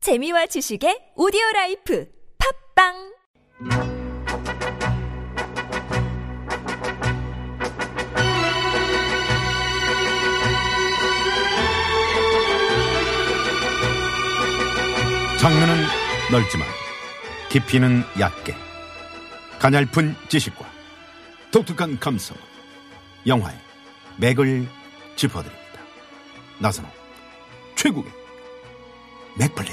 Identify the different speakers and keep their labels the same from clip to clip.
Speaker 1: 재미와 지식의 오디오 라이프 팝빵
Speaker 2: 장르는 넓지만 깊이는 얕게 가냘픈 지식과 독특한 감성 영화의 맥을 짚어드립니다. 나선호 최국의 맥플리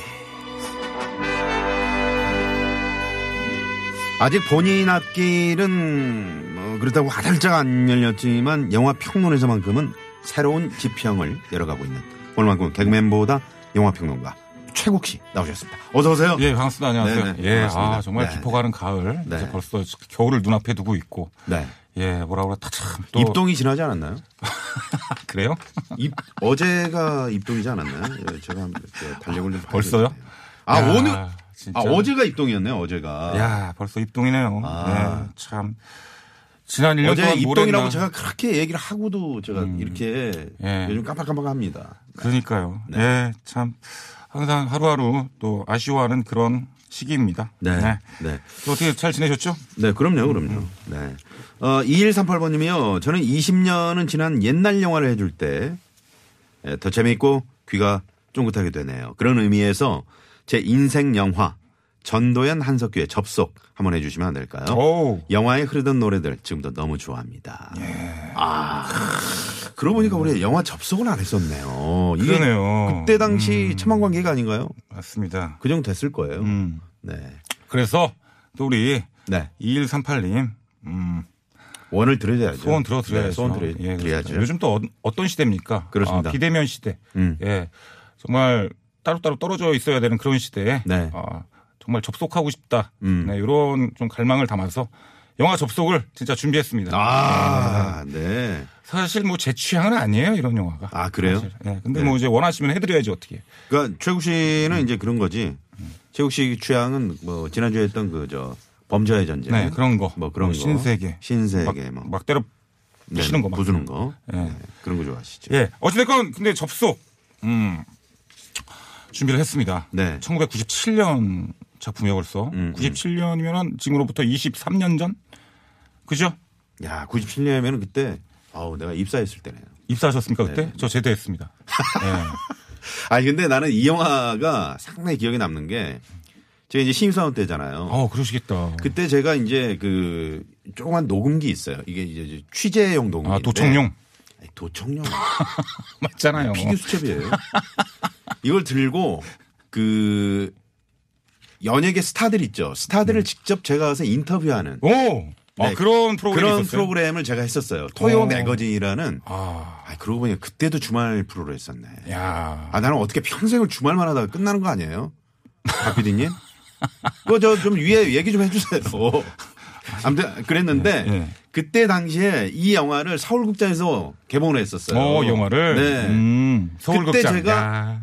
Speaker 2: 아직 본인 앞길은 뭐 그렇다고 화들짝 안 열렸지만 영화 평론에서만큼은 새로운 지평을 열어가고 있는 오늘만큼 개그맨보다 영화 평론가 최국 씨 나오셨습니다. 어서 오세요.
Speaker 3: 예, 반갑습니다. 안녕하세요.
Speaker 2: 네네,
Speaker 3: 예,
Speaker 2: 반갑습니다.
Speaker 3: 아, 정말
Speaker 2: 네,
Speaker 3: 깊어가는 가을.
Speaker 2: 네.
Speaker 3: 이제 벌써 겨울을 눈앞에 두고 있고.
Speaker 2: 네.
Speaker 3: 예, 뭐라 그래. 참또
Speaker 2: 입동이 지나지 않았나요?
Speaker 3: 그래요?
Speaker 2: 입, 어제가 입동이지 않았나요? 예, 제가 한번 이렇게 달력을 좀 봐야
Speaker 3: 벌써요?
Speaker 2: 되겠네요. 아
Speaker 3: 야,
Speaker 2: 오늘
Speaker 3: 진짜.
Speaker 2: 아 어제가 입동이었네요. 어제가
Speaker 3: 야, 벌써 입동이네요.
Speaker 2: 아.
Speaker 3: 예, 참 지난 1년
Speaker 2: 어제
Speaker 3: 동안 뭘
Speaker 2: 입동이라고
Speaker 3: 했나.
Speaker 2: 제가 그렇게 얘기를 하고도 제가 이렇게
Speaker 3: 음. 예.
Speaker 2: 요즘 깜빡깜빡합니다.
Speaker 3: 그러니까요.
Speaker 2: 네.
Speaker 3: 예, 참 항상 하루하루 또 아쉬워하는 그런 시기입니다.
Speaker 2: 네. 네.
Speaker 3: 또 어떻게 잘 지내셨죠?
Speaker 2: 네, 그럼요,
Speaker 3: 음,
Speaker 2: 그럼요. 네. 어, 2138번님이요. 저는 20년은 지난 옛날 영화를 해줄 때, 예, 더 재미있고 귀가 쫑긋하게 되네요. 그런 의미에서 제 인생 영화, 전도연 한석규의 접속 한번 해주시면 안 될까요?
Speaker 3: 오.
Speaker 2: 영화에 흐르던 노래들 지금도 너무 좋아합니다.
Speaker 3: 예.
Speaker 2: 아. 그러고 보니까 우리 영화 접속을 안 했었네요. 이게
Speaker 3: 그러네요.
Speaker 2: 그때 당시 첨언 관계가 아닌가요?
Speaker 3: 맞습니다.
Speaker 2: 그 정도 됐을 거예요.
Speaker 3: 음.
Speaker 2: 네.
Speaker 3: 그래서 또 우리
Speaker 2: 네.
Speaker 3: 2138님 음,
Speaker 2: 원을 들어야죠.
Speaker 3: 소원 들어드려야죠.
Speaker 2: 네, 소원 드려,
Speaker 3: 예,
Speaker 2: 드려야죠.
Speaker 3: 그렇습니다. 요즘 또 어, 떤 시대입니까?
Speaker 2: 그렇습니다.
Speaker 3: 아, 비대면 시대.
Speaker 2: 음.
Speaker 3: 예. 정말 따로따로 떨어져 있어야 되는 그런 시대에
Speaker 2: 네.
Speaker 3: 아, 정말 접속하고 싶다.
Speaker 2: 음.
Speaker 3: 네, 이런 좀 갈망을 담아서 영화 접속을 진짜 준비했습니다.
Speaker 2: 아, 네.
Speaker 3: 사실 뭐 제 취향은 아니에요. 이런 영화가.
Speaker 2: 아, 그래요?
Speaker 3: 사실. 예. 근데 뭐 이제 원하시면 해드려야지 어떻게.
Speaker 2: 그러니까 최국 씨는 이제 그런 거지. 최국 씨 취향은 뭐 지난주에 했던 그 저 범죄의 전쟁.
Speaker 3: 네. 그런 거.
Speaker 2: 뭐 그런 거.
Speaker 3: 신세계.
Speaker 2: 신세계
Speaker 3: 막,
Speaker 2: 뭐.
Speaker 3: 막 때려
Speaker 2: 네,
Speaker 3: 부시는 거 막.
Speaker 2: 부수는 거.
Speaker 3: 예.
Speaker 2: 네, 그런 거 좋아하시죠.
Speaker 3: 예. 어찌됐건 근데 접속. 음. 준비를 했습니다.
Speaker 2: 네. 음,
Speaker 3: 1997년 작품이요 벌써. 97년이면은 지금으로부터 23년 전? 그죠?
Speaker 2: 야, 97년이면 그때 아우 내가 입사했을 때네요.
Speaker 3: 입사하셨습니까 그때?
Speaker 2: 네.
Speaker 3: 저 제대했습니다. 예.
Speaker 2: 아니 근데 나는 이 영화가 상당히 기억에 남는 게 제가 이제 신입사원 때잖아요.
Speaker 3: 어, 그러시겠다.
Speaker 2: 그때 제가 이제 그 조그만 녹음기 있어요. 이게 이제 취재용 녹음기.
Speaker 3: 아, 도청용.
Speaker 2: 도청용. 네.
Speaker 3: 맞잖아요.
Speaker 2: 피규 수첩이에요. 어. 이걸 들고 그 연예계 스타들 있죠. 스타들을 직접 제가 가서 인터뷰하는
Speaker 3: 오! 아,
Speaker 2: 네.
Speaker 3: 음. 그런 프로그램이
Speaker 2: 그런
Speaker 3: 있었어요.
Speaker 2: 프로그램을 제가 했었어요. 토요
Speaker 3: 어.
Speaker 2: 매거진이라는.
Speaker 3: 아.
Speaker 2: 아, 그러고 보니 그때도 주말 프로를 했었네.
Speaker 3: 야.
Speaker 2: 아, 나는 어떻게 평생을 주말만 하다가 끝나는 거 아니에요? 박 PD님? 그거 저 좀 위에 얘기 좀 해주세요. 아무튼 그랬는데
Speaker 3: 예, 예.
Speaker 2: 그때 당시에 이 영화를 서울극장에서 개봉을 했었어요.
Speaker 3: 어, 영화를
Speaker 2: 네.
Speaker 3: 음, 서울
Speaker 2: 그때
Speaker 3: 극장.
Speaker 2: 제가
Speaker 3: 야.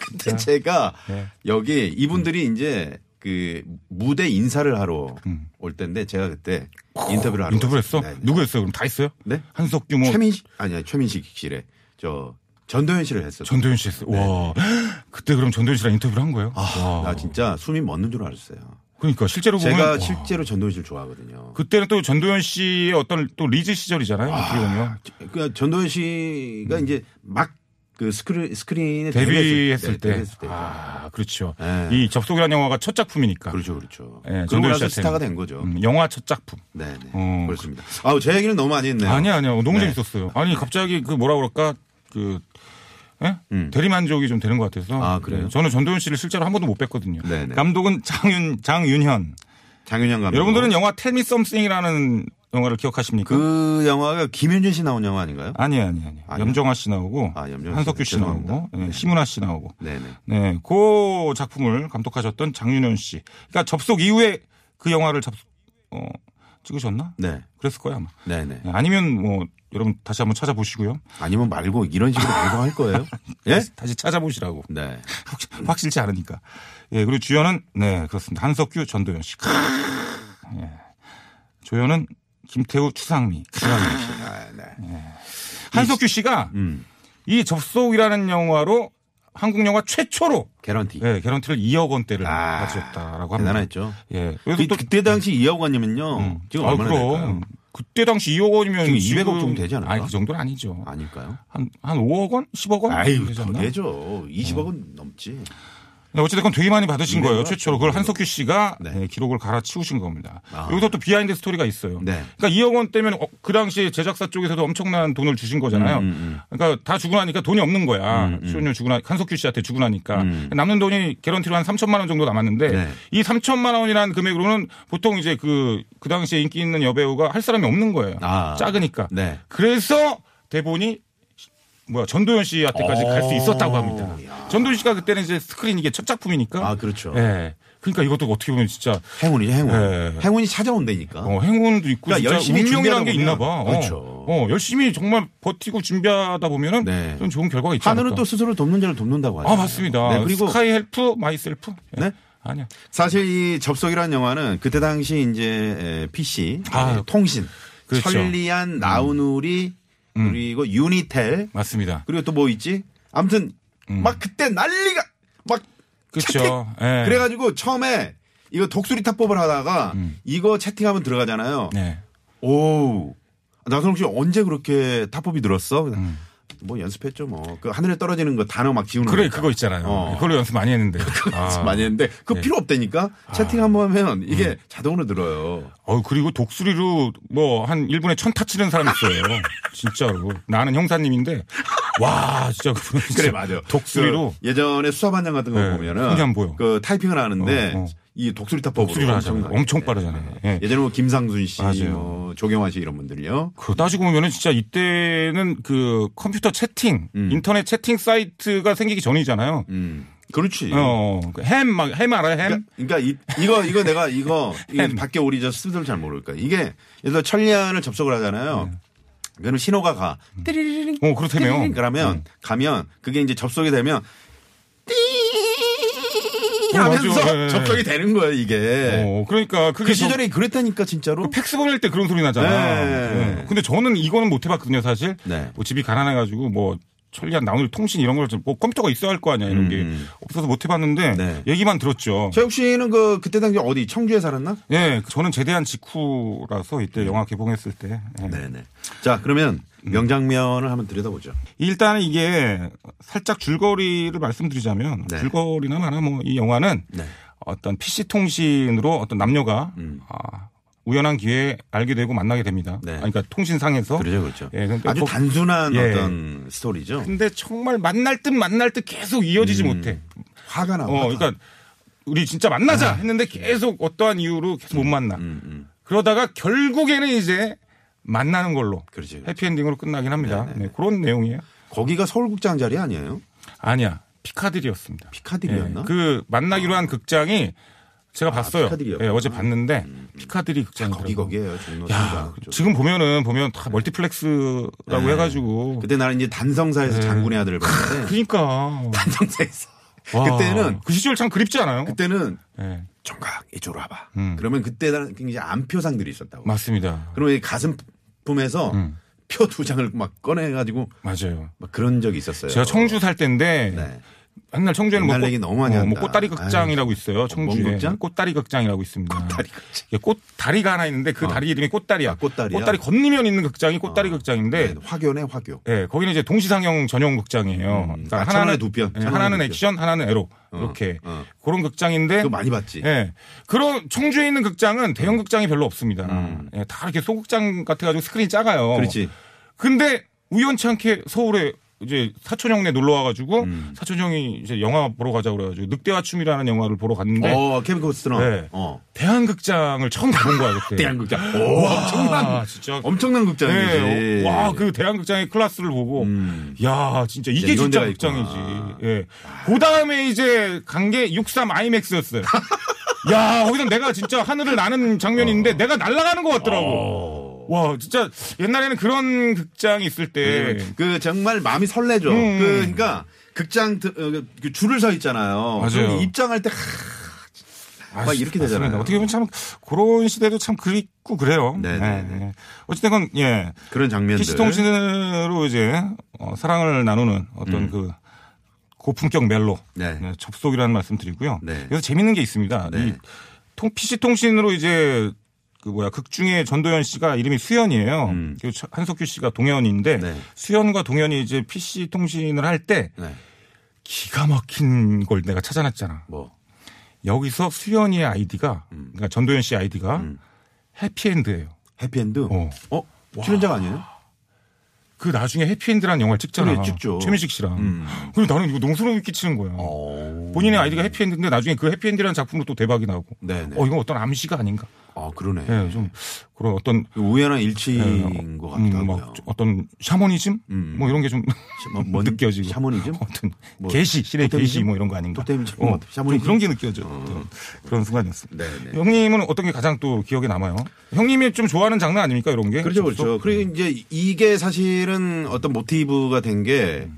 Speaker 2: 그때 제가
Speaker 3: 네. 음.
Speaker 2: 여기 이분들이 이제 그 무대 인사를 하러 올 때인데 제가 그때 인터뷰를 하러
Speaker 3: 인터뷰를 했어?
Speaker 2: 왔어요. 네, 네.
Speaker 3: 누구였어요? 그럼 다 했어요?
Speaker 2: 네?
Speaker 3: 한석규 뭐
Speaker 2: 최민식 아니야 최민식 씨래 저 전도현 씨를 했었어.
Speaker 3: 전도연 씨 했어요. 와. 그때 그럼 전도연 씨랑 인터뷰를 한 거예요?
Speaker 2: 네. 아,
Speaker 3: 와.
Speaker 2: 나 진짜 숨이 멎는 줄 알았어요.
Speaker 3: 그러니까 실제로 보면
Speaker 2: 제가
Speaker 3: 와.
Speaker 2: 실제로 전도현 씨를 좋아하거든요.
Speaker 3: 그때는 또 전도연 씨의 어떤 또 리즈 시절이잖아요. 어떻게 보면
Speaker 2: 그, 그 전도현 씨가 이제 막 그 스크린 스크린에
Speaker 3: 음. 데뷔했을
Speaker 2: 네,
Speaker 3: 때.
Speaker 2: 데뷔했을 때.
Speaker 3: 아, 그렇죠.
Speaker 2: 예.
Speaker 3: 이 접속이라는 영화가 첫 작품이니까.
Speaker 2: 그렇죠, 그렇죠.
Speaker 3: 예,
Speaker 2: 그러고
Speaker 3: 전도연
Speaker 2: 나서
Speaker 3: 씨한테는.
Speaker 2: 스타가 된 거죠.
Speaker 3: 음, 영화 첫 작품.
Speaker 2: 네, 네.
Speaker 3: 어,
Speaker 2: 그렇습니다. 아우 제 얘기는 너무 많이 했네요.
Speaker 3: 아니야, 아니야. 너무
Speaker 2: 네.
Speaker 3: 재밌었어요. 아니, 갑자기 그 뭐라 그럴까? 그 예? 대리만족이 좀 되는 것 같아서.
Speaker 2: 음. 아, 그래요?
Speaker 3: 예, 저는 전도연 씨를 실제로 한 번도 못 뵀거든요.
Speaker 2: 네, 네.
Speaker 3: 감독은 장윤 장윤현.
Speaker 2: 장윤영 감독.
Speaker 3: 여러분들은 영화 텔미 썸씽이라는 영화를 기억하십니까?
Speaker 2: 그 영화가 김현준 씨 나온 영화 아닌가요?
Speaker 3: 아니 아니 아니.
Speaker 2: 아니요?
Speaker 3: 염정아 씨 나오고
Speaker 2: 아, 염정아 씨.
Speaker 3: 한석규 씨 나오고
Speaker 2: 죄송합니다.
Speaker 3: 예, 심은하 씨 나오고.
Speaker 2: 네네.
Speaker 3: 네, 그 작품을 감독하셨던 장윤현 씨. 그러니까 접속 이후에 그 영화를 접 어, 찍으셨나?
Speaker 2: 네.
Speaker 3: 그랬을 거예요 아마.
Speaker 2: 네네.
Speaker 3: 네, 아니면 뭐 여러분 다시 한번 찾아보시고요.
Speaker 2: 아니면 말고 이런 식으로 말고 할 거예요? 예?
Speaker 3: 다시- 다시 찾아보시라고.
Speaker 2: 네.
Speaker 3: 확- 확실치 않으니까. 예, 그리고 주연은 네 그렇습니다. 한석규, 전도연 씨. 크으. 예. 조연은 김태우, 추상미. 예.
Speaker 2: 지난해 씨. 아, 네.
Speaker 3: 한석규 씨가
Speaker 2: 음.
Speaker 3: 이 접속이라는 영화로 한국 영화 최초로
Speaker 2: 개런티.
Speaker 3: 예, 개런티를 2억 원대를
Speaker 2: 아,
Speaker 3: 가져왔다라고 합니다.
Speaker 2: 대단했죠.
Speaker 3: 예.
Speaker 2: 그,
Speaker 3: 그래서 또
Speaker 2: 그때 당시 2억 원이면요.
Speaker 3: 음.
Speaker 2: 지금
Speaker 3: 아,
Speaker 2: 얼마나
Speaker 3: 그럼.
Speaker 2: 될까요?
Speaker 3: 그때 당시 2억 원이면
Speaker 2: 지금
Speaker 3: 지금
Speaker 2: 200억 정도 되지 않을까?
Speaker 3: 아니 그 정도는 아니죠.
Speaker 2: 아닐까요?
Speaker 3: 한, 한 5억 원? 10억 원?
Speaker 2: 아유, 더
Speaker 3: 되셨나? 어.
Speaker 2: 되죠. 20억은 넘지.
Speaker 3: 네, 어찌됐건 되게 많이 받으신 거예요.
Speaker 2: 이백억?
Speaker 3: 최초로. 그걸 한석규 씨가
Speaker 2: 네.
Speaker 3: 네, 기록을 갈아치우신 겁니다.
Speaker 2: 아.
Speaker 3: 여기서 또 비하인드 스토리가 있어요.
Speaker 2: 네.
Speaker 3: 그러니까 2억 원 때면 어, 그 당시 제작사 쪽에서도 엄청난 돈을 주신
Speaker 2: 음,
Speaker 3: 거잖아요. 그러니까 다 주고 나니까 돈이 없는 거야. 출연료 주고 나 한석규 씨한테 주고 나니까 남는 돈이 개런티로 한 3천만 원 정도 남았는데
Speaker 2: 음. 네.
Speaker 3: 이 3천만 원이라는 금액으로는 보통 이제 그, 그 당시에 인기 있는 여배우가 할 사람이 없는 거예요.
Speaker 2: 아.
Speaker 3: 작으니까.
Speaker 2: 네.
Speaker 3: 그래서 대본이 뭐야 전도연 씨한테까지 갈
Speaker 2: 어.
Speaker 3: 수 있었다고 합니다. 전도연 씨가 그때는 이제 스크린 이게 첫 작품이니까.
Speaker 2: 아, 그렇죠.
Speaker 3: 예. 그러니까 이것도 어떻게 보면 진짜
Speaker 2: 행운이죠, 행운.
Speaker 3: 네.
Speaker 2: 행운이 찾아온다니까.
Speaker 3: 어, 행운도 있고
Speaker 2: 그러니까
Speaker 3: 진짜
Speaker 2: 열심히
Speaker 3: 운명이라는 게
Speaker 2: 준비하다
Speaker 3: 있나 봐.
Speaker 2: 보면.
Speaker 3: 어.
Speaker 2: 그렇죠.
Speaker 3: 어, 열심히 정말 버티고 준비하다 보면은
Speaker 2: 네.
Speaker 3: 좀 좋은 결과가 있지
Speaker 2: 하늘은
Speaker 3: 않을까.
Speaker 2: 또 스스로 돕는 자를 돕는다고 하죠.
Speaker 3: 아, 맞습니다.
Speaker 2: 네, 그리고
Speaker 3: 스카이 헬프 마이셀프. 예.
Speaker 2: 네?
Speaker 3: 아니야.
Speaker 2: 사실 이 접속이라는 영화는 그때 당시 이제 에, PC
Speaker 3: 아,
Speaker 2: 에, 통신
Speaker 3: 그렇죠. 음.
Speaker 2: 천리안 나우누리 그리고 유니텔
Speaker 3: 맞습니다.
Speaker 2: 그리고 또 뭐 있지? 아무튼 막 그때 난리가 막
Speaker 3: 음. 그렇죠.
Speaker 2: 채팅
Speaker 3: 예.
Speaker 2: 그래가지고 처음에 이거 독수리 타법을 하다가 이거 채팅하면 들어가잖아요.
Speaker 3: 음. 네.
Speaker 2: 오 나선홍 씨 언제 그렇게 타법이 늘었어? 뭐 연습했죠 뭐. 그 하늘에 떨어지는 거 단어 막 지우는
Speaker 3: 음. 그래
Speaker 2: 거.
Speaker 3: 그거 있잖아요.
Speaker 2: 어.
Speaker 3: 그걸로 연습 많이 했는데.
Speaker 2: 연습
Speaker 3: 아.
Speaker 2: 많이 했는데 그거 필요 없다니까 채팅 한번 하면 이게
Speaker 3: 음.
Speaker 2: 자동으로 늘어요.
Speaker 3: 어 그리고 독수리로 뭐 한 1분에 천 타치는 사람 있어요. 진짜로. 나는 형사님인데 와, 진짜 그분 진짜
Speaker 2: 그래 맞아요.
Speaker 3: 독수리로
Speaker 2: 그 예전에 수사반장 같은 거
Speaker 3: 네,
Speaker 2: 보면은
Speaker 3: 손이 안 보여.
Speaker 2: 그 타이핑을 하는데
Speaker 3: 어, 어.
Speaker 2: 이 독수리 타법으로
Speaker 3: 독수리로 하잖아요.
Speaker 2: 엄청나게.
Speaker 3: 엄청 빠르잖아요. 예.
Speaker 2: 예전에 뭐 김상순 씨,
Speaker 3: 맞아요.
Speaker 2: 뭐 조경환 씨 이런 분들요.
Speaker 3: 그 따지고 보면은 진짜 이때는 그 컴퓨터 채팅, 인터넷 채팅 사이트가 생기기 전이잖아요.
Speaker 2: 음, 그렇지.
Speaker 3: 어, 그 햄, 막, 햄 알아요? 햄?
Speaker 2: 그러니까, 그러니까 이, 이거 이거 내가 이거 이거 밖에 우리 저 스스로 잘 모를 거야. 이게 예를 들어 천리안을 접속을 하잖아요.
Speaker 3: 네.
Speaker 2: 그러면 신호가 가. 띠리리링.
Speaker 3: 어, 그렇다며요.
Speaker 2: 띠리리링 그러니까 그러면 가면 그게 이제 접속이 되면 띠
Speaker 3: 어,
Speaker 2: 하면서
Speaker 3: 맞아. 예.
Speaker 2: 접속이 되는 거예요 이게.
Speaker 3: 어, 그러니까 그게
Speaker 2: 그
Speaker 3: 저-
Speaker 2: 시절에 그랬다니까 진짜로.
Speaker 3: 그 팩스 보낼 때 그런 소리 나잖아.
Speaker 2: 네.
Speaker 3: 네. 근데 저는 이거는 못 해봤거든요, 사실.
Speaker 2: 네.
Speaker 3: 뭐 집이 가난해가지고 뭐 천리안 나오는 통신 이런 걸 좀 뭐 컴퓨터가 있어야 할 거 아니야 이런 게 없어서 못 해봤는데
Speaker 2: 음. 네.
Speaker 3: 얘기만 들었죠.
Speaker 2: 최욱 씨는 그 그때 당시 어디 청주에 살았나?
Speaker 3: 예, 저는 제대한 직후라서 이때 영화 개봉했을 때. 예.
Speaker 2: 네. 네네. 자 그러면 명장면을 한번 들여다보죠.
Speaker 3: 일단은 이게 살짝 줄거리를 말씀드리자면
Speaker 2: 네.
Speaker 3: 줄거리나 마나 뭐 이 영화는 어떤 PC 통신으로 어떤 남녀가 아, 우연한 기회에 알게 되고 만나게 됩니다.
Speaker 2: 음. 네.
Speaker 3: 아, 그러니까 통신상에서
Speaker 2: 그렇죠 그렇죠.
Speaker 3: 예, 그러니까
Speaker 2: 아주
Speaker 3: 뭐-
Speaker 2: 단순한
Speaker 3: 예.
Speaker 2: 어떤 스토리죠.
Speaker 3: 근데 정말 만날 듯 만날 듯 계속 이어지지
Speaker 2: 음.
Speaker 3: 못해.
Speaker 2: 화가 나.
Speaker 3: 어,
Speaker 2: 화가.
Speaker 3: 그러니까 우리 진짜 만나자
Speaker 2: 음.
Speaker 3: 했는데 계속 어떠한 이유로 계속 못 만나. 그러다가 결국에는 이제 만나는 걸로
Speaker 2: 그렇지, 그렇지.
Speaker 3: 해피엔딩으로 끝나긴 합니다. 네, 그런 내용이에요.
Speaker 2: 거기가 서울국장 자리 아니에요?
Speaker 3: 아니야 피카딜이었습니다.
Speaker 2: 피카딜이었나? 아.
Speaker 3: 예, 그 만나기로 한 극장이 제가 봤어요.
Speaker 2: 피카딜이었구나. 음,
Speaker 3: 예, 어제 봤는데 피카딜이 극장
Speaker 2: 거기 거기에요. 종로
Speaker 3: 야,
Speaker 2: 삼가 그쪽.
Speaker 3: 지금 보면은 보면 다 멀티플렉스라고
Speaker 2: 네.
Speaker 3: 해가지고 예.
Speaker 2: 그때 나는 이제 단성사에서 장군의 아들을 봤는데
Speaker 3: 그러니까
Speaker 2: 단성사에서
Speaker 3: 와,
Speaker 2: 그때는
Speaker 3: 그 시절 참 그립지 않아요?
Speaker 2: 그때는
Speaker 3: 예,
Speaker 2: 정각 이쪽으로 와봐.
Speaker 3: 음.
Speaker 2: 그러면 그때 는 굉장히 안표상들이 있었다고.
Speaker 3: 맞습니다.
Speaker 2: 그리고 이 가슴품에서
Speaker 3: 음.
Speaker 2: 표 두 장을 막 꺼내가지고
Speaker 3: 맞아요.
Speaker 2: 막 그런 적이 있었어요.
Speaker 3: 제가 청주 살 때인데
Speaker 2: 네.
Speaker 3: 맨날 청주에는
Speaker 2: 옛날
Speaker 3: 꽃-
Speaker 2: 얘기 너무 많이
Speaker 3: 어, 뭐
Speaker 2: 한다.
Speaker 3: 꽃다리 극장이라고 있어요. 청주에
Speaker 2: 뭔 극장?
Speaker 3: 꽃다리 극장이라고 있습니다.
Speaker 2: 꽃다리 극장. 아.
Speaker 3: 이게 꽃다리가 하나 있는데 그 다리 이름이 꽃다리야.
Speaker 2: 꽃다리야?
Speaker 3: 건너면 있는 극장이 꽃다리
Speaker 2: 네.
Speaker 3: 극장인데
Speaker 2: 화교네 화교.
Speaker 3: 예, 거기는 이제 동시상영 전용 극장이에요.
Speaker 2: 아, 천안의 두 편,
Speaker 3: 예,
Speaker 2: 천안의
Speaker 3: 하나는
Speaker 2: 두 편.
Speaker 3: 액션, 하나는 에로 이렇게
Speaker 2: 어.
Speaker 3: 그런 극장인데
Speaker 2: 그거 많이 봤지. 음.
Speaker 3: 예, 그런 청주에 있는 극장은 대형 극장이 별로 없습니다. 예, 다 이렇게 소극장 같아가지고 스크린이 작아요.
Speaker 2: 그렇지.
Speaker 3: 근데 우연치 않게 서울에 이제 사촌 형네 놀러 와가지고
Speaker 2: 음.
Speaker 3: 사촌 형이 이제 영화 보러 가자 그래가지고 늑대와 춤이라는 영화를 보러 갔는데
Speaker 2: 어 케빈 코스트너.
Speaker 3: 네.
Speaker 2: 어.
Speaker 3: 대한극장을 처음 가본 거야 그때.
Speaker 2: 대한극장. 오,
Speaker 3: 아,
Speaker 2: 엄청난
Speaker 3: 진짜.
Speaker 2: 엄청난 극장이지. 음.
Speaker 3: 네. 와, 그 대한극장의 클래스를 보고, 야, 진짜 이게
Speaker 2: 이런
Speaker 3: 진짜
Speaker 2: 데가 있구나.
Speaker 3: 극장이지. 예. 그 다음에 이제 간 게 63 아이맥스였어요. 야, 거기서 내가 진짜 하늘을 나는
Speaker 2: 어.
Speaker 3: 장면인데 내가 날아가는 것 같더라고. 와, 진짜 옛날에는 그런 극장이 있을 때.
Speaker 2: 그 정말 마음이 설레죠. 그, 그러니까 극장 드- 어, 그 줄을 서 있잖아요.
Speaker 3: 맞아요.
Speaker 2: 그럼 입장할 때
Speaker 3: 아,
Speaker 2: 막 이렇게 되잖아요.
Speaker 3: 맞습니다. 어떻게 보면 참 그런 시대도 참 그립고 그래요.
Speaker 2: 네, 네, 네.
Speaker 3: 예, 예. 어쨌든 예.
Speaker 2: 그런 장면들.
Speaker 3: PC통신으로 이제 어, 사랑을 나누는 어떤 그 고품격 멜로
Speaker 2: 음. 네.
Speaker 3: 네, 접속이라는 말씀 드리고요.
Speaker 2: 네.
Speaker 3: 그래서 재밌는 게 있습니다.
Speaker 2: 네.
Speaker 3: 이 통, PC 통신으로 이제 그 뭐야 극중에 전도연 씨가 이름이 수연이에요. 그리고 차- 한석규 씨가 동현인데
Speaker 2: 음. 네.
Speaker 3: 수연과 동현이 이제 PC 통신을 할 때
Speaker 2: 네.
Speaker 3: 기가 막힌 걸 내가 찾아놨잖아.
Speaker 2: 뭐.
Speaker 3: 여기서 수연이의 아이디가
Speaker 2: 음.
Speaker 3: 그러니까 전도연 씨 아이디가 해피엔드예요.
Speaker 2: 해피엔드?
Speaker 3: 어.
Speaker 2: 어? 출연자가 아니에요?
Speaker 3: 그 나중에 해피엔드라는 영화를 찍잖아.
Speaker 2: 그래, 찍죠. 음.
Speaker 3: 최민식 씨랑. 그리고 나는 이거 너무 소름이 끼치는 거야.
Speaker 2: 어.
Speaker 3: 본인의 아이디가 해피엔드인데 나중에 그 해피엔드라는 작품으로 또 대박이 나고.
Speaker 2: 네네.
Speaker 3: 어, 이건 어떤 암시가 아닌가.
Speaker 2: 아, 그러네.
Speaker 3: 예, 좀 그런 어떤
Speaker 2: 우연한
Speaker 3: 예,
Speaker 2: 일치인 것 같기도
Speaker 3: 음, 막
Speaker 2: 하고요.
Speaker 3: 좀 어떤 샤머니즘
Speaker 2: 음.
Speaker 3: 뭐 이런 게 좀
Speaker 2: 뭐, 뭔
Speaker 3: 느껴지고
Speaker 2: 샤머니즘?
Speaker 3: 어떤
Speaker 2: 뭐,
Speaker 3: 개시 실의
Speaker 2: 토테미즘?
Speaker 3: 개시 뭐 이런 거 아닌가
Speaker 2: 토테미즘?
Speaker 3: 어,
Speaker 2: 샤머니즘? 어.
Speaker 3: 좀 그런 게 느껴져 그런 순간이었습니다
Speaker 2: 네네.
Speaker 3: 형님은 어떤 게 가장 또 기억에 남아요 형님이 좀 좋아하는 장르 아닙니까 이런 게
Speaker 2: 그렇죠, 그렇죠. 그리고 이제 이게 사실은 어떤 모티브가 된 게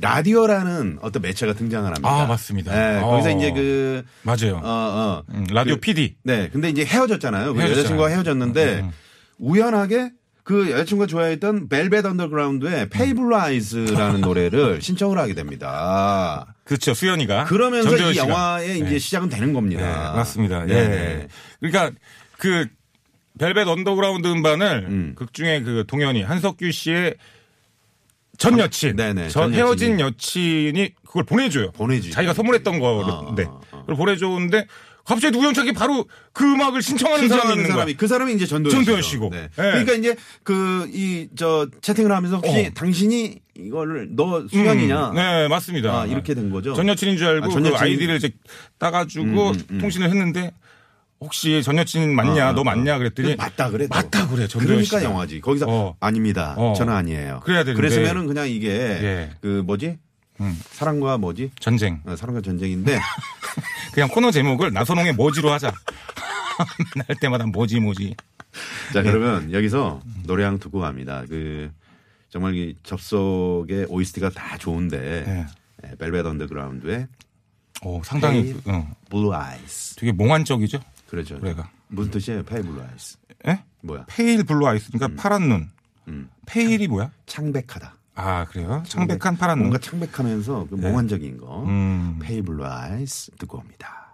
Speaker 2: 라디오라는 어떤 매체가 등장을 합니다.
Speaker 3: 아, 맞습니다.
Speaker 2: 네, 거기서
Speaker 3: 어.
Speaker 2: 이제 그,
Speaker 3: 맞아요
Speaker 2: 어, 어.
Speaker 3: 음, 라디오
Speaker 2: 그-
Speaker 3: PD
Speaker 2: 네, 근데 이제 헤어졌잖아요. 그
Speaker 3: 헤어졌잖아요. 음,
Speaker 2: 여자친구와 헤어졌는데 우연하게 그 여자친구가 좋아했던 벨벳 언더그라운드의 페이블
Speaker 3: 음.
Speaker 2: 아이즈라는 노래를 신청을 하게 됩니다.
Speaker 3: 그렇죠 수연이가
Speaker 2: 그러면서
Speaker 3: 전도연
Speaker 2: 이
Speaker 3: 씨가.
Speaker 2: 영화의 이제 시작은 되는 겁니다.
Speaker 3: 네, 맞습니다.
Speaker 2: 네,
Speaker 3: 예.
Speaker 2: 네.
Speaker 3: 그러니까 그 벨벳 언더그라운드 음반을 극중에 그 동현이 한석규 씨의 전 여친,
Speaker 2: 아, 네네,
Speaker 3: 전
Speaker 2: 전
Speaker 3: 헤어진 여친이 그걸 보내줘요.
Speaker 2: 보내주죠.
Speaker 3: 자기가 선물했던
Speaker 2: 아,
Speaker 3: 거를, 네.
Speaker 2: 아, 아.
Speaker 3: 그걸 보내줬는데 갑자기 우연찮게 바로 그 음악을 신청하는 사람이
Speaker 2: 신청하는
Speaker 3: 있는 거야.
Speaker 2: 사람이 그 사람이 이제 전도연,
Speaker 3: 전도연
Speaker 2: 씨죠.
Speaker 3: 씨고.
Speaker 2: 네.
Speaker 3: 예.
Speaker 2: 그러니까 이제 그 이 저 채팅을 하면서 혹시
Speaker 3: 어.
Speaker 2: 당신이 이거를 너
Speaker 3: 음,
Speaker 2: 수연이냐?
Speaker 3: 네, 맞습니다.
Speaker 2: 아, 이렇게 된 거죠?
Speaker 3: 전 여친인 줄 알고
Speaker 2: 아, 전
Speaker 3: 그
Speaker 2: 여친. 음,
Speaker 3: 아이디를 이제 따가지고 통신을 했는데 혹시 전 여친 맞냐,
Speaker 2: 아,
Speaker 3: 너
Speaker 2: 아,
Speaker 3: 맞냐 그랬더니
Speaker 2: 맞다 그래. 너.
Speaker 3: 맞다 그래. 전도연
Speaker 2: 그러니까
Speaker 3: 씨가.
Speaker 2: 영화지. 거기서
Speaker 3: 어.
Speaker 2: 아닙니다.
Speaker 3: 어.
Speaker 2: 저는 아니에요.
Speaker 3: 그래야 되는데.
Speaker 2: 그랬으면은 그냥 이게
Speaker 3: 예. 음.
Speaker 2: 그 뭐지? 사랑과 뭐지?
Speaker 3: 전쟁.
Speaker 2: 어, 사랑과 전쟁인데
Speaker 3: 그냥 코너 제목을 나선홍의 뭐지로 하자. 날 때마다 뭐지 뭐지. 예.
Speaker 2: 자 그러면 여기서 노래 한 듣고 갑니다. 그 정말 이 접속의 OST가 다 좋은데 예, 벨벳 언더그라운드의
Speaker 3: 오, 상당히
Speaker 2: 헤이.
Speaker 3: 어,
Speaker 2: 블루 아이스
Speaker 3: 되게 몽환적이죠.
Speaker 2: 그렇죠.
Speaker 3: 노래가.
Speaker 2: 무슨 뜻이에요? 페이 블루 아이스.
Speaker 3: 예?
Speaker 2: 뭐야?
Speaker 3: 페일 블루 아이스.
Speaker 2: 음.
Speaker 3: 그러니까 파란 눈. 페일이 뭐야?
Speaker 2: 창백하다.
Speaker 3: 아 그래요? 창백한 파란
Speaker 2: 뭔가
Speaker 3: 눈.
Speaker 2: 창백하면서 그 몽환적인 거.
Speaker 3: 음.
Speaker 2: 페이 블루 아이스 듣고 옵니다.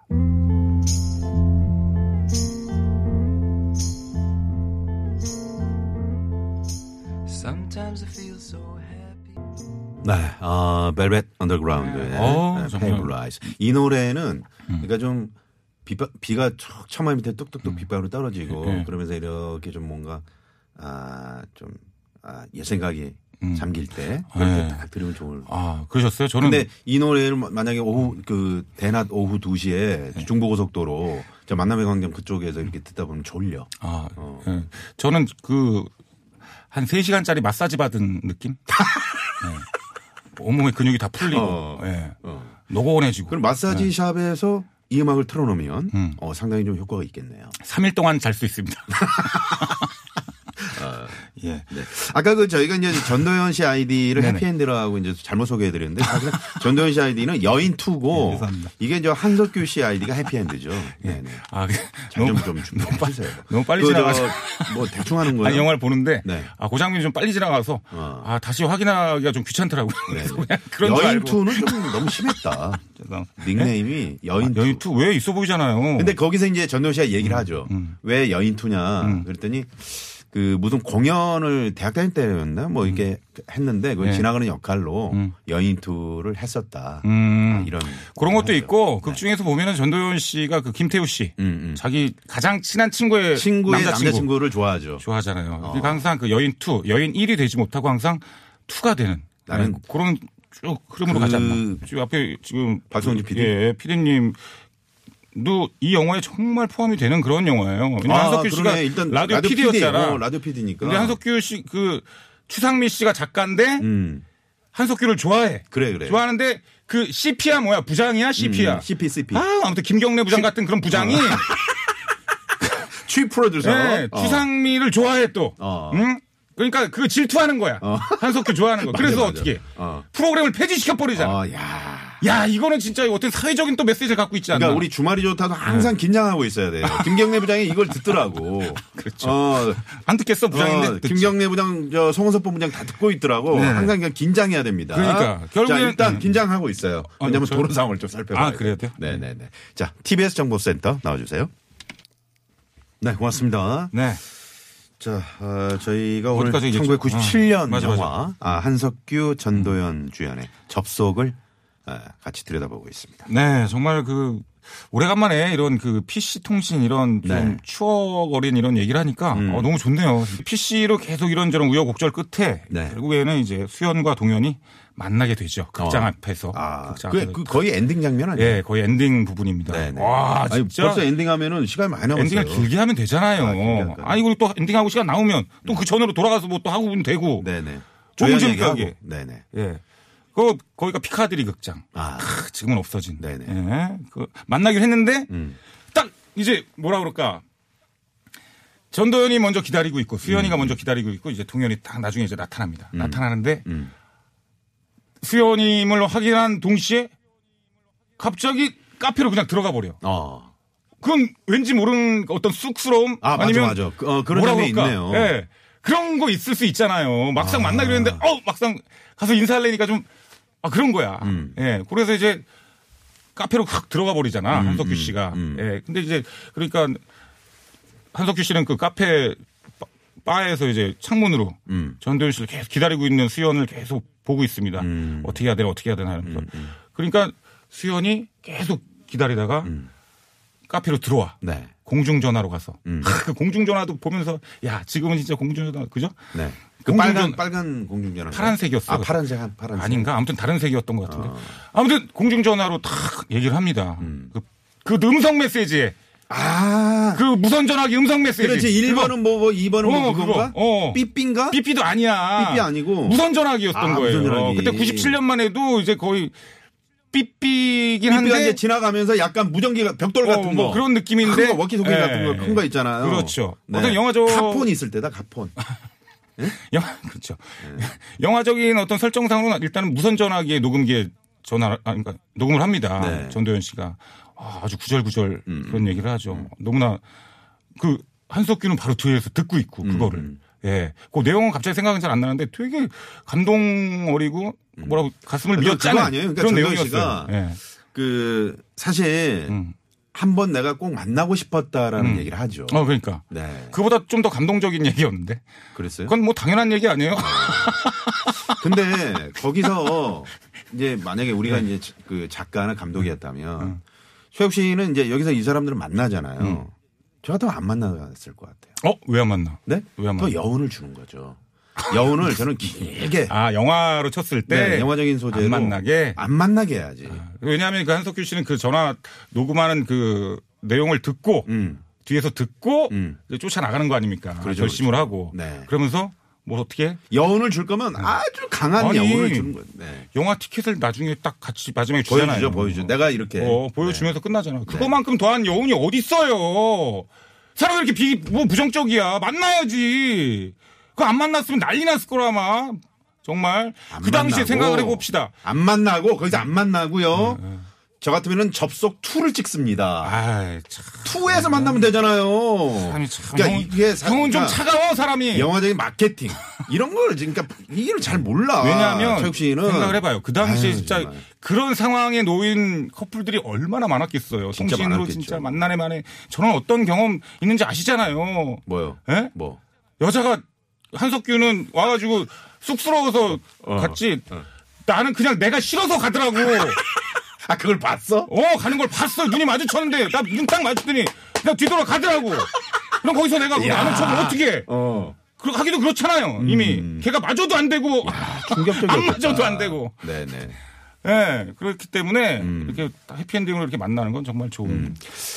Speaker 4: Sometimes I feel so happy.
Speaker 2: 네, 어, 벨벳 언더그라운드의
Speaker 3: 어, 정말.
Speaker 2: 네. 페이 블루 아이스. 이 노래는 그러니까 좀 비바, 비가 촉 처마 밑에 뚝뚝뚝 빗방울이 떨어지고
Speaker 3: 예, 예.
Speaker 2: 그러면서 이렇게 좀 뭔가 아좀 아, 옛 생각이 잠길 때 그럴
Speaker 3: 예.
Speaker 2: 때딱 들으면 좋을
Speaker 3: 아 그러셨어요? 저는
Speaker 2: 근데 이 노래를 마- 만약에 오후 그 대낮 오후 2시에
Speaker 3: 네.
Speaker 2: 중부고속도로 저 만남의 광장 그쪽에서 이렇게 듣다 보면 졸려.
Speaker 3: 아
Speaker 2: 어.
Speaker 3: 예. 저는 그한 3 시간짜리 마사지 받은 느낌. 예. 온몸의 근육이 다 풀리고
Speaker 2: 어.
Speaker 3: 예.
Speaker 2: 어.
Speaker 3: 노곤해지고.
Speaker 2: 그럼 마사지
Speaker 3: 네.
Speaker 2: 샵에서 이 음악을 틀어놓으면 어, 상당히 좀 효과가 있겠네요.
Speaker 3: 3일 동안 잘 수 있습니다. 예.
Speaker 2: 네. 아까 그 저희가 이제 전도연 씨 아이디를
Speaker 3: 네네.
Speaker 2: 해피엔드라고 이제 잘못 소개해드렸는데 사실은 전도연 씨 아이디는 여인
Speaker 3: 네,
Speaker 2: 투고
Speaker 3: 죄송합니다.
Speaker 2: 이게 저 한석규 씨 아이디가 해피엔드죠. 네네.
Speaker 3: 아, 그-
Speaker 2: 잘좀 좀 준비해 주세요.
Speaker 3: 너무 빨리
Speaker 2: 그 저
Speaker 3: 지나가서.
Speaker 2: 뭐 대충 하는 거예요.
Speaker 3: 아니, 영화를 보는데,
Speaker 2: 네.
Speaker 3: 아, 그 장면이 좀 빨리 지나가서,
Speaker 2: 어. 네.
Speaker 3: 아, 다시 확인하기가 좀 귀찮더라고요. 그래서 그냥 그런 줄
Speaker 2: 여인
Speaker 3: 알고.
Speaker 2: 투는 좀 너무 심했다.
Speaker 3: 죄송합니다.
Speaker 2: 닉네임이 여인 투.
Speaker 3: 아, 여인 투왜 있어 음, 보이잖아요.
Speaker 2: 근데 거기서 이제 전도연 씨가 얘기를 하죠. 왜 여인투냐.
Speaker 3: 음.
Speaker 2: 그랬더니 그 무슨 공연을 대학 다닐 때였나
Speaker 3: 음.
Speaker 2: 뭐 이렇게 했는데
Speaker 3: 예.
Speaker 2: 그 지나가는 역할로 여인투를 했었다. 아, 이런.
Speaker 3: 음. 그런 것도 있고, 극 중에서 보면은 전도연 씨가 그 김태우 씨,
Speaker 2: 네. 음, 음.
Speaker 3: 자기 가장 친한 친구의,
Speaker 2: 친구의
Speaker 3: 남자친구
Speaker 2: 남자친구. 를 좋아하죠.
Speaker 3: 좋아하잖아요.
Speaker 2: 어.
Speaker 3: 그러니까 항상 그 여인 투 여인 1이 되지 못하고 항상 투가 되는.
Speaker 2: 나는
Speaker 3: 네, 그런 쭉 흐름으로
Speaker 2: 그-
Speaker 3: 가지 않나. 지금 앞에 지금
Speaker 2: 박성준 PD?
Speaker 3: 예, PD님. 도이 영화에 정말 포함이 되는 그런 영화예요. 왜냐면 한석규 씨가
Speaker 2: 아, 그러네.
Speaker 3: 라디오,
Speaker 2: PD,
Speaker 3: PD였잖아.
Speaker 2: 어, 라디오 PD니까.
Speaker 3: 근데 한석규 씨 그 추상미 씨가 작가인데
Speaker 2: 음.
Speaker 3: 한석규를 좋아해.
Speaker 2: 그래, 그래.
Speaker 3: 좋아하는데 그 CP야 뭐야 부장이야 CP야.
Speaker 2: 음, 어. CP, CP.
Speaker 3: 아 아무튼 김경래 부장 같은 그런 부장이
Speaker 2: 취 프로듀서.
Speaker 3: 네,
Speaker 2: 어.
Speaker 3: 추상미를 좋아해 또.
Speaker 2: 어.
Speaker 3: 응? 그러니까 그 질투하는 거야. 한석규 좋아하는 거. 그래서
Speaker 2: 맞아.
Speaker 3: 어떻게
Speaker 2: 어.
Speaker 3: 프로그램을 폐지시켜 버리잖아.
Speaker 2: 어, 야.
Speaker 3: 야, 이거는 진짜 어떤 사회적인 또 메시지를 갖고 있지 않나.
Speaker 2: 그러니까 우리 주말이 좋다도 항상
Speaker 3: 네.
Speaker 2: 긴장하고 있어야 돼요. 김경래 부장이 이걸 듣더라고.
Speaker 3: 그렇죠.
Speaker 2: 어,
Speaker 3: 안 듣겠어, 부장인데.
Speaker 2: 어,
Speaker 3: 듣지.
Speaker 2: 김경래 부장, 저 송원섭 본부장 다 듣고 있더라고. 항상 그냥 긴장해야 됩니다.
Speaker 3: 그러니까. 결국엔-
Speaker 2: 자, 일단
Speaker 3: 음. 아,
Speaker 2: 긴장하고 있어요. 왜냐면
Speaker 3: 저-
Speaker 2: 도로 상황을 좀 살펴봐야
Speaker 3: 아, 그래야 돼요?
Speaker 2: 네네네. 자, TBS 정보센터 나와주세요. 네, 고맙습니다.
Speaker 3: 네.
Speaker 2: 자, 어, 저희가 오늘
Speaker 3: 어디까지 얘기했죠?
Speaker 2: 1997년
Speaker 3: 아, 맞아, 음. 맞아.
Speaker 2: 영화 아, 한석규, 전도연 주연의 접속을 어, 같이 들여다보고 있습니다.
Speaker 3: 네, 정말 그 오래간만에 이런 그 PC 통신 이런 좀
Speaker 2: 네. 음.
Speaker 3: 추억 어린 이런 얘기를 하니까 어, 너무 좋네요. PC로 계속 이런저런 우여곡절 끝에
Speaker 2: 네.
Speaker 3: 결국에는 이제 수연과 동현이 만나게 되죠. 극장
Speaker 2: 어.
Speaker 3: 앞에서.
Speaker 2: 아,
Speaker 3: 극장
Speaker 2: 그,
Speaker 3: 앞에서.
Speaker 2: 그 거의 엔딩 장면 아니에요?
Speaker 3: 예, 거의 엔딩 부분입니다.
Speaker 2: 네네.
Speaker 3: 와,
Speaker 2: 아니,
Speaker 3: 진짜
Speaker 2: 벌써 엔딩하면은 시간이 많이 남았어요.
Speaker 3: 엔딩을 길게
Speaker 2: 아,
Speaker 3: 하면
Speaker 2: 길게
Speaker 3: 되잖아요.
Speaker 2: 할까요?
Speaker 3: 아, 니 그리고 또 엔딩하고 시간 나오면 또 그 전으로 돌아가서 뭐 또 하고 오면 되고.
Speaker 2: 네네.
Speaker 3: 조금
Speaker 2: 조연이
Speaker 3: 재밌게
Speaker 2: 얘기하고.
Speaker 3: 하게.
Speaker 2: 네네.
Speaker 3: 예. 그 거기가 피카드리 극장.
Speaker 2: 아,
Speaker 3: 크, 지금은 없어진.
Speaker 2: 네네. 음.
Speaker 3: 예. 그 만나기로 했는데 딱 이제 뭐라 그럴까. 전도연이 먼저 기다리고 있고 수연이가 먼저 기다리고 있고 이제 동현이 딱 나중에 이제 나타납니다. 나타나는데
Speaker 2: 음. 음.
Speaker 3: 수연임을 확인한 동시에 갑자기 카페로 그냥 들어가 버려.
Speaker 2: 어.
Speaker 3: 그건 왠지 모르는 어떤 쑥스러움
Speaker 2: 아, 맞아,
Speaker 3: 니면
Speaker 2: 맞아. 그, 어, 그런 점이 있네요.
Speaker 3: 예. 그런 거 있을 수 있잖아요. 막상 만나기로 했는데 어 막상 가서 인사하려니까 좀 아, 그런 거야.
Speaker 2: 음.
Speaker 3: 예. 그래서 이제 카페로 확 들어가 버리잖아.
Speaker 2: 음,
Speaker 3: 한석규 씨가. 예. 근데 이제 그러니까 한석규 씨는 그 카페 바- 바에서 이제 창문으로
Speaker 2: 음.
Speaker 3: 전도연 씨를 계속 기다리고 있는 수연을 계속 보고 있습니다.
Speaker 2: 음.
Speaker 3: 어떻게 해야 되나 어떻게 해야 되나 하면서. 그러니까 수연이 계속 기다리다가
Speaker 2: 음.
Speaker 3: 카페로 들어와.
Speaker 2: 네.
Speaker 3: 공중전화로 가서.
Speaker 2: 음.
Speaker 3: 그 공중전화도 보면서 야, 지금은 진짜 공중전화 그죠?
Speaker 2: 네. 그
Speaker 3: 공중전-
Speaker 2: 빨간 빨간 공중전화.
Speaker 3: 파란색이었어.
Speaker 2: 아, 파란색 한 파란색.
Speaker 3: 아닌가? 아무튼 다른 색이었던 것 같은데. 아무튼 공중전화로 탁 얘기를 합니다.
Speaker 2: 음.
Speaker 3: 그, 그 음성 메시지에
Speaker 2: 아.
Speaker 3: 그 무선 전화기 음성 메시지.
Speaker 2: 그렇지. 1번은 뭐고 2번은 뭐
Speaker 3: 어,
Speaker 2: 그건가?
Speaker 3: 그거. 어.
Speaker 2: 삐삐인가?
Speaker 3: 삐삐도 아니야.
Speaker 2: 삐삐 아니고?
Speaker 3: 무선 전화기였던
Speaker 2: 아,
Speaker 3: 거예요.
Speaker 2: 무선 전화기.
Speaker 3: 그때 97년만 해도 이제 거의 삐삐긴
Speaker 2: 삐삐가
Speaker 3: 한데
Speaker 2: 이제 지나가면서 약간 무전기가 벽돌 같은
Speaker 3: 어,
Speaker 2: 거.
Speaker 3: 뭐 그런 느낌인데.
Speaker 2: 큰 거, 워키토키
Speaker 3: 예.
Speaker 2: 같은 거 큰 거 있잖아요. 네.
Speaker 3: 그렇죠. 어떤 영화적-
Speaker 2: 가폰 있을 때다 가폰.
Speaker 3: 영화 그렇죠. 영화적인 어떤 설정상으로는 일단은 무선 전화기에 녹음기에 전화 아, 그러니까 녹음을 합니다.
Speaker 2: 네. 음,
Speaker 3: 전도연 씨가 아, 아주 구절구절 그런 얘기를 하죠. 너무나 그 한석규는 바로 뒤에서 듣고 있고
Speaker 2: 음,
Speaker 3: 그거를 예, 그 내용은 갑자기 생각은 잘 안 나는데 되게 감동 어리고 뭐라고 가슴을
Speaker 2: 음. 그거
Speaker 3: 미었잖아요.
Speaker 2: 아니에요? 그러니까
Speaker 3: 런
Speaker 2: 전도연
Speaker 3: 내용이었어요.
Speaker 2: 씨가
Speaker 3: 예.
Speaker 2: 그 사실
Speaker 3: 음.
Speaker 2: 한 번 내가 꼭 만나고 싶었다라는 얘기를 하죠.
Speaker 3: 어 그러니까
Speaker 2: 네.
Speaker 3: 그보다 좀 더 감동적인 얘기였는데
Speaker 2: 그랬어요?
Speaker 3: 그건 뭐 당연한 얘기 아니에요?
Speaker 2: 네. 근데 거기서 이제 만약에 우리가
Speaker 3: 네.
Speaker 2: 이제 그 작가나 감독이었다면
Speaker 3: 음.
Speaker 2: 최욱 씨는 이제 여기서 이 사람들을 만나잖아요. 저 같으면 안 만나갔을 것 같아요.
Speaker 3: 어 왜 안 만나?
Speaker 2: 네?
Speaker 3: 왜안
Speaker 2: 더
Speaker 3: 만나?
Speaker 2: 여운을 주는 거죠. 여운을 저는 길게
Speaker 3: 아 영화로 쳤을 때
Speaker 2: 네, 영화적인 소재로
Speaker 3: 안 만나게
Speaker 2: 안 만나게 해야지.
Speaker 3: 왜냐하면 그 한석규 씨는 그 전화 녹음하는 그 내용을 듣고
Speaker 2: 음.
Speaker 3: 뒤에서 듣고
Speaker 2: 음.
Speaker 3: 이제 쫓아나가는 거 아닙니까?
Speaker 2: 그렇죠,
Speaker 3: 결심을
Speaker 2: 그렇죠.
Speaker 3: 하고
Speaker 2: 네.
Speaker 3: 그러면서 뭐 어떻게
Speaker 2: 여운을 줄 거면 아주 강한
Speaker 3: 음. 아니,
Speaker 2: 여운을 주는 거예요. 네.
Speaker 3: 영화 티켓을 나중에 딱 같이 마지막에 주잖아요.
Speaker 2: 보여주죠, 보여주죠. 네. 내가 이렇게
Speaker 3: 어, 보여주면서 끝나잖아. 그거만큼 더한 여운이 어디 있어요? 사람이 이렇게 비, 뭐 부정적이야. 만나야지. 그거 안 만났으면 난리 났을 거라 아마. 정말
Speaker 2: 안
Speaker 3: 그 당시에
Speaker 2: 만나고,
Speaker 3: 생각을 해봅시다. 네,
Speaker 2: 안 만나고 거기서 안 만나고요. 저 같으면은 접속 2를 찍습니다.
Speaker 3: 아이 참.
Speaker 2: 2에서 만나면 되잖아요.
Speaker 3: 사람이 참.
Speaker 2: 그러니까
Speaker 3: 형은-
Speaker 2: 이게 사-
Speaker 3: 형은
Speaker 2: 그러니까
Speaker 3: 좀 차가워 사람이.
Speaker 2: 영화적인 마케팅 이런 걸 지금 그러니까 이걸 잘 몰라.
Speaker 3: 왜냐하면
Speaker 2: 최욱 씨는
Speaker 3: 생각을 해봐요. 그 당시에
Speaker 2: 아유,
Speaker 3: 진짜
Speaker 2: 정말.
Speaker 3: 그런 상황에 놓인 커플들이 얼마나 많았겠어요.
Speaker 2: 진짜
Speaker 3: 통신으로
Speaker 2: 많았겠죠.
Speaker 3: 진짜 만나네 만에 저는 어떤 경험 있는지 아시잖아요.
Speaker 2: 뭐요?
Speaker 3: 예?
Speaker 2: 뭐?
Speaker 3: 여자가 한석규는 와가지고 쑥스러워서
Speaker 2: 어,
Speaker 3: 갔지. 나는 그냥 내가 싫어서 가더라고.
Speaker 2: 아 그걸 봤어?
Speaker 3: 어 가는 걸 봤어. 눈이 마주쳤는데 나 눈 딱 마주쳤더니 그냥 뒤돌아 가더라고. 그럼 거기서 내가
Speaker 2: 야.
Speaker 3: 나는 척을 어떻게 해?
Speaker 2: 어.
Speaker 3: 그 하기도 그렇잖아요. 이미 걔가 맞아도 안 되고
Speaker 2: 음. 충격적이었다.
Speaker 3: 안 맞아도 안 되고.
Speaker 2: 네네.
Speaker 3: 예, 그렇기 때문에
Speaker 2: 음.
Speaker 3: 이렇게 해피엔딩으로 이렇게 만나는 건 정말 좋은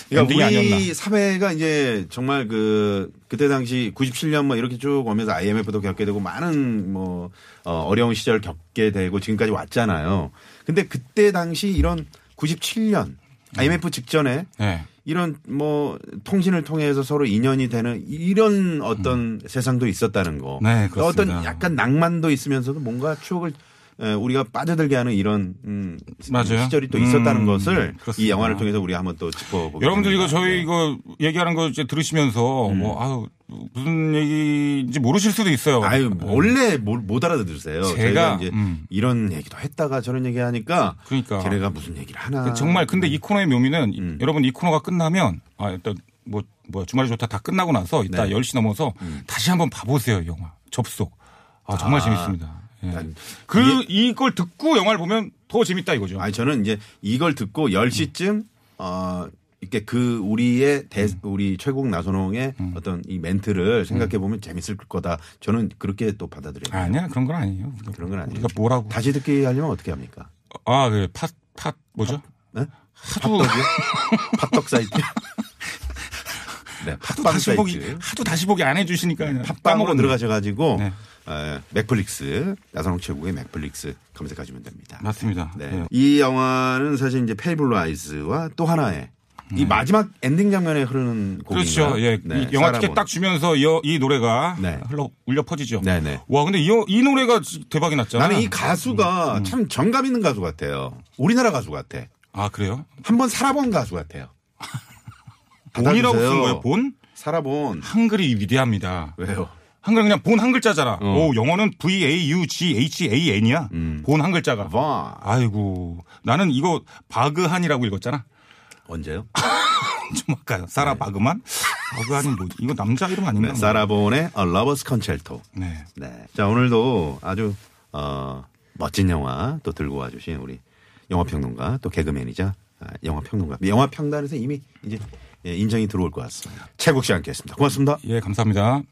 Speaker 2: 그러니까
Speaker 3: 엔딩이 아니었나.
Speaker 2: 우리 사회가 이제 정말 그 그때 당시 97년 뭐 이렇게 쭉 오면서 IMF도 겪게 되고 많은 뭐 어, 어려운 시절을 겪게 되고 지금까지 왔잖아요. 근데 그때 당시 이런 97년 IMF 직전에
Speaker 3: 예.
Speaker 2: 이런 뭐 통신을 통해서 서로 인연이 되는 이런 어떤 세상도 있었다는 거.
Speaker 3: 음. 네,
Speaker 2: 또 어떤
Speaker 3: 그렇습니다.
Speaker 2: 약간 낭만도 있으면서도 뭔가 추억을 에, 우리가 빠져들게 하는 이런 음,
Speaker 3: 맞아요.
Speaker 2: 시절이 또
Speaker 3: 음,
Speaker 2: 있었다는 것을 이
Speaker 3: 그렇습니다.
Speaker 2: 영화를 통해서 우리 가 한번 또 짚어보겠습니다.
Speaker 3: 여러분들 이거 저희 이거 얘기하는 거 이제 들으시면서
Speaker 2: 음.
Speaker 3: 뭐 아유 무슨 얘기인지 모르실 수도 있어요.
Speaker 2: 네. 아유
Speaker 3: 음.
Speaker 2: 원래 뭘- 못 알아들으세요.
Speaker 3: 제가,
Speaker 2: 저희가 이제
Speaker 3: 음.
Speaker 2: 이런 얘기도 했다가 저런 얘기 하니까
Speaker 3: 그러니까.
Speaker 2: 걔네가 무슨 얘기를 하나
Speaker 3: 그 정말 근데 이 코너의 묘미는 이- 여러분 이 코너가 끝나면 아 일단 뭐 뭐야 주말에 좋다 다 끝나고 나서 이따
Speaker 2: 네.
Speaker 3: 10시 넘어서 다시 한번 봐보세요 이 영화 접속 아 정말
Speaker 2: 아.
Speaker 3: 재밌습니다. 예.
Speaker 2: 난
Speaker 3: 그 이걸 듣고 영화를 보면 더 재밌다 이거죠.
Speaker 2: 음. 아니 저는 이제 이걸 듣고 10시쯤 어 이렇게 그 우리의 대 우리 최국 나선홍의 어떤 이 멘트를 생각해 보면 재밌을 거다. 저는 그렇게 또 음. 받아들여요.
Speaker 3: 아니야 그런 건 아니에요. 우리가,
Speaker 2: 그런 건 아니에요.
Speaker 3: 우리가 뭐라고
Speaker 2: 다시 듣기 하려면 어떻게 합니까?
Speaker 3: 아그팟팟 뭐죠?
Speaker 2: 네?
Speaker 3: 하도
Speaker 2: 팥떡 사이트. 네,
Speaker 3: 하도
Speaker 2: 팥빵
Speaker 3: 다시 보기
Speaker 2: 사이트.
Speaker 3: 하도 다시 보기 안 해주시니까 그냥
Speaker 2: 팥빵으로
Speaker 3: 까먹었네.
Speaker 2: 들어가셔가지고
Speaker 3: 네.
Speaker 2: 에, 맥플릭스 나선홍 최국의 맥플릭스 검색하시면 됩니다.
Speaker 3: 맞습니다.
Speaker 2: 네.
Speaker 3: 예.
Speaker 2: 이 영화는 사실 이제 페이블 라이즈와 또 하나의 이 마지막 엔딩 장면에 흐르는 네, 곡이
Speaker 3: 음. 네. 그렇죠. 예. 이 영화 티켓 딱 주면서 이, 이 노래가
Speaker 2: 네.
Speaker 3: 흘러 울려 퍼지죠.
Speaker 2: 네네.
Speaker 3: 와, 근데 이, 여- 이 노래가 대박이 났잖아.
Speaker 2: 나는 이 가수가
Speaker 3: 음.
Speaker 2: 참 정감 있는 가수 같아요. 우리나라 가수 같아.
Speaker 3: 아, 그래요?
Speaker 2: 한 번 살아본 가수 같아요.
Speaker 3: 본이라고
Speaker 2: 받아주세요.
Speaker 3: 쓴 거예요. 본?
Speaker 2: 살아본
Speaker 3: 한글이 위대합니다.
Speaker 2: 왜요?
Speaker 3: 한글 그냥 본 한 글자잖아. 오, 영어는 V A U G H A N이야. 본 한 글자가.
Speaker 2: 음. 와
Speaker 3: 아이고. 나는 이거 바그한이라고 읽었잖아.
Speaker 2: 언제요?
Speaker 3: 좀 아까요. 사라 바그만? 바그한이 뭐지? 이거 남자 이름 아닌가?
Speaker 2: 네, 사라본의 A Lover's Concerto.
Speaker 3: 네.
Speaker 2: 네. 자, 오늘도 아주, 어, 멋진 영화 또 들고 와주신 우리 영화평론가 또 개그맨이자 아, 영화평론가. 영화평단에서 이미 이제 예, 인정이 들어올 것 같습니다. 최국 씨 함께 했습니다. 고맙습니다.
Speaker 3: 예, 감사합니다.